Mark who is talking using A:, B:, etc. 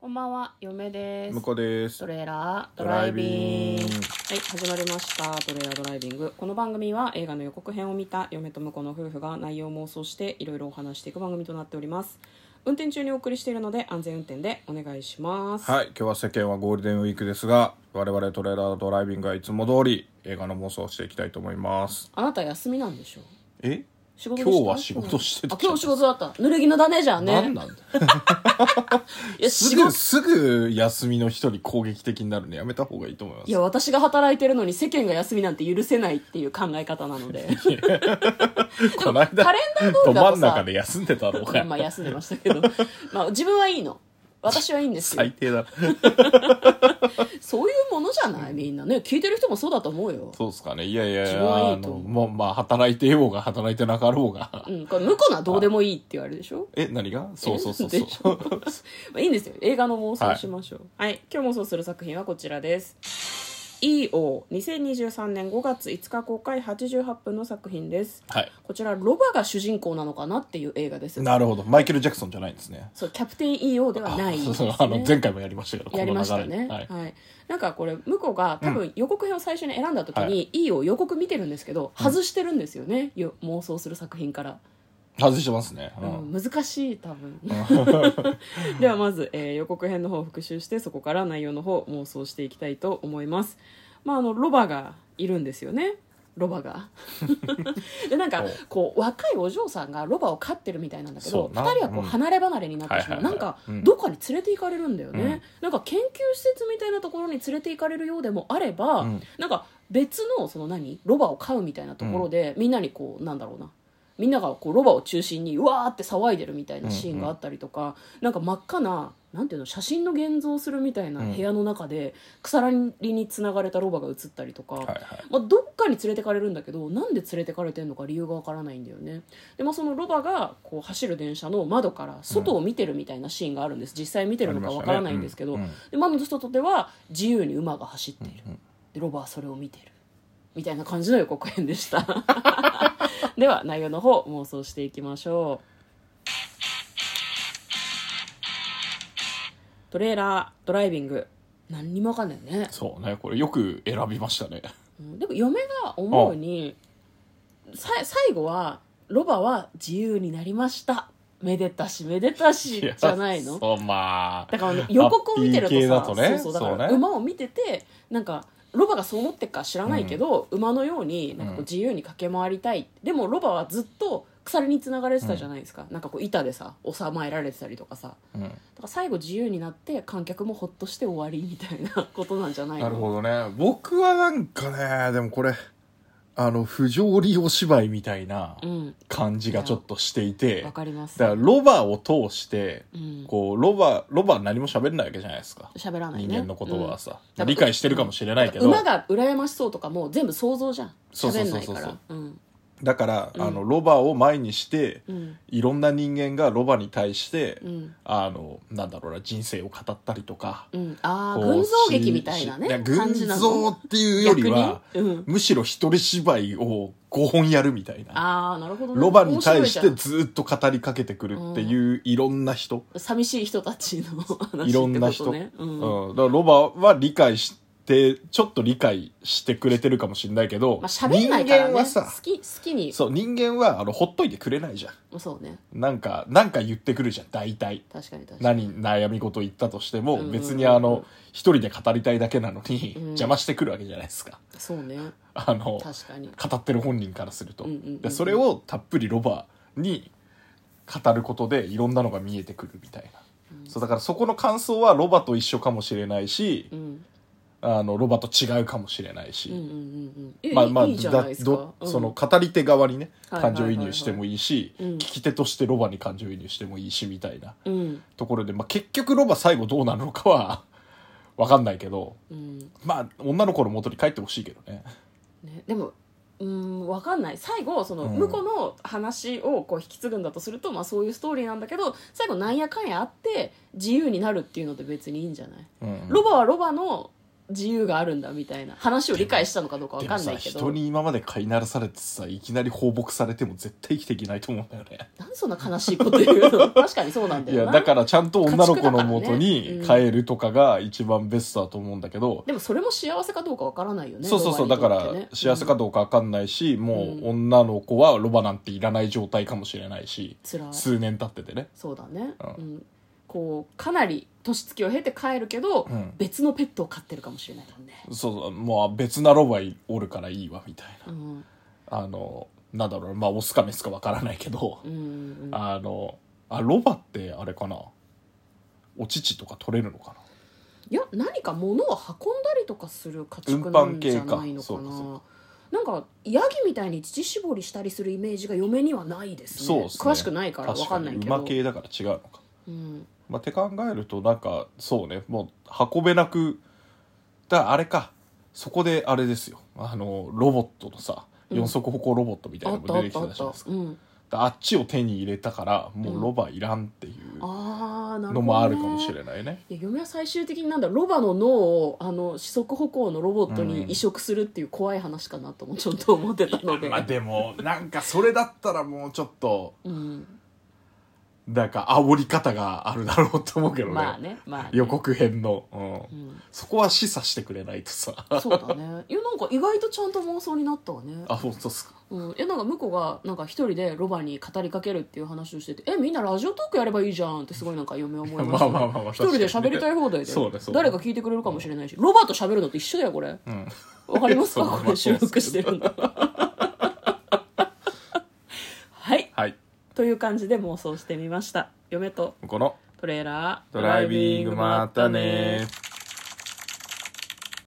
A: こんばんは、嫁です。
B: 向こうです
A: トレーラード
B: ド
A: ラ
B: ラ
A: イ
B: イ
A: ビン
B: ビ
A: グ
B: ング
A: はい始まりましたトレーラードライビングこの番組は映画の予告編を見た嫁と婿の夫婦が内容を妄想していろいろお話していく番組となっております運転中にお送りしているので安全運転でお願いします
B: はい今日は世間はゴールデンウィークですが我々トレーラードライビングはいつも通り映画の妄想をしていきたいと思います
A: あなた休みなんでしょ
B: え
A: 仕事で
B: 今
A: した
B: 日は仕事してた
A: あ今日仕事だった濡れ衣だねじゃあね
B: なんなんだ
A: いや
B: す
A: 仕
B: ぐ
A: 事
B: すぐ休みの人に攻撃的になるのやめた方がいいと思いま
A: い
B: す
A: や私が働いてるのに世間が休みなんて許せないっていう考え方なので
B: この間
A: カレンダー通
B: ど
A: りだ
B: 真
A: と
B: ん
A: さ
B: 中で休んでたろう
A: いや
B: が
A: まあ休んでましたけど、 まあ、自分はいいの私はいいんですよ
B: 最低だ
A: そういうものじゃないみんなね聞いてる人もそうだと思うよ、
B: そうですかねいやいやい
A: 自分はい
B: やあ
A: いと
B: の
A: 思う
B: もうまあ働いてようが働いてなかろうが
A: うん、これ向こうのはどうでもいいって言われるでしょ
B: え何がそうそうそう
A: えでし
B: そう
A: まあいいんですよ映画の妄想をしましょうはい、今日妄想する作品はこちらです「EO2023 年5月5日公開88分の作品です
B: はい
A: こちらロバが主人公なのかなっていう映画です
B: なるほどマイケル・ジャクソンじゃないんですね
A: そうキャプテン EO ではない
B: あ
A: です、
B: そう
A: ね、
B: そうあの前回もやりましたけど
A: やりました
B: この流れ
A: ね、
B: は
A: はいいなんかこれ向こうが多分予告編を最初に選んだ時に、、
B: はい
A: いを予告見てるんですけど外してるんですよね、よ妄想する作品から、
B: 外してますね、う
A: うんん難しい多分 ではまず、えー予告編の方を復習してそこから内容の方を妄想していきたいと思いますまああのロバがいるんですよねロバが でなんか
B: お
A: こう若いお嬢さんがロバを飼ってるみたいなんだけど
B: そう
A: 二
B: な
A: 人はこう
B: うん
A: 離れ離れになってしまう、
B: はいはいはい
A: なんか
B: うん
A: どっかに連れて行かれるんだよね、
B: うん
A: なんか研究施設みたいなところに連れて行かれるようでもあれば、
B: うん
A: なんか別のその何ロバを飼うみたいなところで、みんなにこうなんだろうなみんながこうロバを中心にうわーって騒いでるみたいなシーンがあったりとか、なんか真っ赤ななんていうの写真の現像するみたいな部屋の中で草らりにつながれたロバが映ったりとか、
B: はいはい
A: まあ、どっかに連れてかれるんだけどなんで連れてかれてんのか理由がわからないんだよねで、まあ、そのロバがこう走る電車の窓から外を見てるみたいなシーンがあるんです、実際見てるのかわからないんですけど、
B: ありまし
A: で窓の外では自由に馬が走っている、
B: たねうんうん
A: でロバはそれを見てるみたいな感じの予告編でしたでは内容の方妄想していきましょうトレーラードライビング何にもわかんないね、
B: そうねこれよく選びましたね
A: うんでも嫁が思うにさ最後はロバは自由になりましためでたしめでたし じゃないの
B: やそうまあ
A: だからね、予告を見てると
B: ハ
A: さ
B: ッピー系だとね
A: そうそうだから
B: そうね
A: 馬を見ててなんかロバがそう思ってるか知らないけど、馬のようになんかこう
B: うん
A: 自由に駆け回りたい、でもロバはずっと鎖につながれてたじゃないですか、なんかこう板でさ収まえられてたりとかさだ
B: うん
A: から最後自由になって観客もほっとして終わりみたいなことなんじゃないの
B: なるほどね僕はなんかねでもこれあの不条理お芝居みたいな
A: うん
B: 感じがちょっとしていて
A: わかります
B: だからロバを通して
A: うん
B: こうロバロバは何も喋んないわけじゃないですか
A: 喋らない
B: 人
A: ね
B: 間の言葉はさ、
A: うん
B: 理解してるかもしれないけど、
A: 馬が羨ましそうとかも全部想像じゃん
B: そうそう
A: 喋ん
B: そ
A: な
B: う
A: い
B: そう
A: からうん
B: だから、
A: うん
B: あのロバを前にして
A: うん
B: いろんな人間がロバに対して、
A: うん
B: あのなんだろうな人生を語ったりとか、
A: うん、ああ
B: こう
A: 群像劇みたいなね
B: しや
A: 感
B: 群
A: じなの
B: 像っていうよりは、
A: 逆にうん、
B: むしろ一人芝居を5本やるみたいな
A: ああなるほどね、
B: ロバに対し
A: 面白
B: て
A: いじ
B: ずっと語りかけてくるっていういろんな人、
A: ゃん寂しい人たちの話
B: いろんな
A: ってこ
B: 人、
A: とねう
B: うんんだからロバは理解してちょっと理解してくれてるかもしれないけど、
A: まあ喋んないから、ね、
B: 人間はさ
A: 好き好きにそ
B: そう人間はあのほっといてくれないじゃん
A: うね
B: なんか、なんか言ってくるじゃん、大体。
A: 確かに確かに
B: 何、悩み事言ったとして
A: う
B: も、
A: ん
B: 別にあの、一人で語りたいだけなのに、
A: うん
B: 邪魔してくるわけじゃないですか。
A: そうね
B: あの、
A: 確かに
B: 語ってる本人からすると。
A: うんうんうんうん
B: でそれをたっぷりロバに語ることで、いろんなのが見えてくるみたいな。そう、だからそこの感想はロバと一緒かもしれないし
A: う、ん
B: あの、ロバと違うかもしれな
A: うんう
B: い
A: んう
B: し。
A: んうんえ
B: まあまあ、
A: いいじゃないですか
B: ど、その
A: うん
B: 語り手側にね、
A: はいはい
B: 感
A: はいは
B: 情
A: い
B: 移入してもいいし、
A: うん
B: 聞き手としてロバに感情移入してもいいし、みたいな。
A: うん
B: ところで、まあ、結局ロバ最後どうなるのかは わかんないけど
A: うん
B: まあ女の子の元に帰ってほしいけどね
A: ね、でもうーん分かんない最後その
B: うん
A: 向こうの話をこう引き継ぐんだとすると、まあ、そういうストーリーなんだけど最後なんやかんやあって自由になるっていうのって別にいいんじゃない、
B: うん
A: ロバはロバの自由があるんだみたいな話を理解したのかどうかわ
B: で
A: か
B: も
A: んな
B: さ
A: いけど
B: 人に今まで飼いならされてさいきなり放牧されても絶対生きていけないと思うんだよね
A: なんでそんな悲しいこと言う の確かにそうなんだ
B: い
A: よ
B: や
A: な
B: だからちゃんと女の子のもと
A: 家畜
B: に
A: だからね
B: 帰るとかが一番ベストだと思うんだけど、
A: でもそれも幸せかどうかわからないよね
B: そうそうそう
A: ロ
B: だか
A: バにとっ
B: ら
A: てね
B: 幸せかどうかわかんないし、もう女の子はロバなんていらない状態かもしれないし、
A: 辛い
B: 数年経っててね
A: そうだね、う
B: うん
A: こうかなり年月を経て帰るけど、
B: うん
A: 別のペットを飼ってるかもしれないもんね、
B: そうそうもう別なロバおるからいいわみたいな
A: うん
B: あのなんだろうまあオスかメスかわからないけど、
A: うんうん、
B: あのあロバってあれかなお乳とか取れるのかない
A: や何か物を運んだりとかする家畜
B: 運
A: な
B: 搬
A: んじ
B: 系
A: ゃ
B: か
A: ないのか
B: そうかそう
A: ななんかヤギみたいに乳絞りしたりするイメージが嫁にはないですね
B: そうっすね
A: 詳しくないから分かんないけ
B: 確かに馬
A: ど
B: 系だから違うのか、
A: うん、
B: まあ、って考えるとなんかそうねもう運べなくだからあれかそこであれですよあのロボットのさ
A: うん
B: 四足歩行ロボットみたい
A: あっ
B: な
A: た
B: のも
A: あ
B: 出
A: って
B: き
A: た
B: てた
A: あった
B: じゃないですか
A: うん
B: だからあっちを手に入れたからもうロバいらんっていう
A: ああなるほど、ね、
B: のもあるかもしれないね
A: いや嫁は最終的になんだロバの脳をあの四足歩行のロボットに移植するっていう怖い話かなともちょっと思ってたので、
B: まあでもなんかそれだったらもうちょっと
A: うん、
B: なんか煽り方があるだろうと思うけどね,、
A: まあねまあね
B: 予告編の、うん
A: うん
B: そこは示唆してくれないと さ
A: そうだねいやなんか意外とちゃんと妄想になったわね
B: あ本当っすか
A: うん、えなんか向こうがなんか一人でロバに語りかけるっていう話をしてて「えみんなラジオトークやればいいじゃん」ってすごいなんか嫁思いましたね
B: まあまあまあまあ
A: 一人で喋りたい放題で、
B: そうねそうね
A: 誰か聞いてくれるかもしれないしロバと喋るのと一緒だよこれ
B: うん
A: わかりますか
B: そうまあ
A: これ収録してるの はい
B: はい
A: という感じで妄想してみました嫁と
B: この
A: トレーラー
B: ドライビングまたね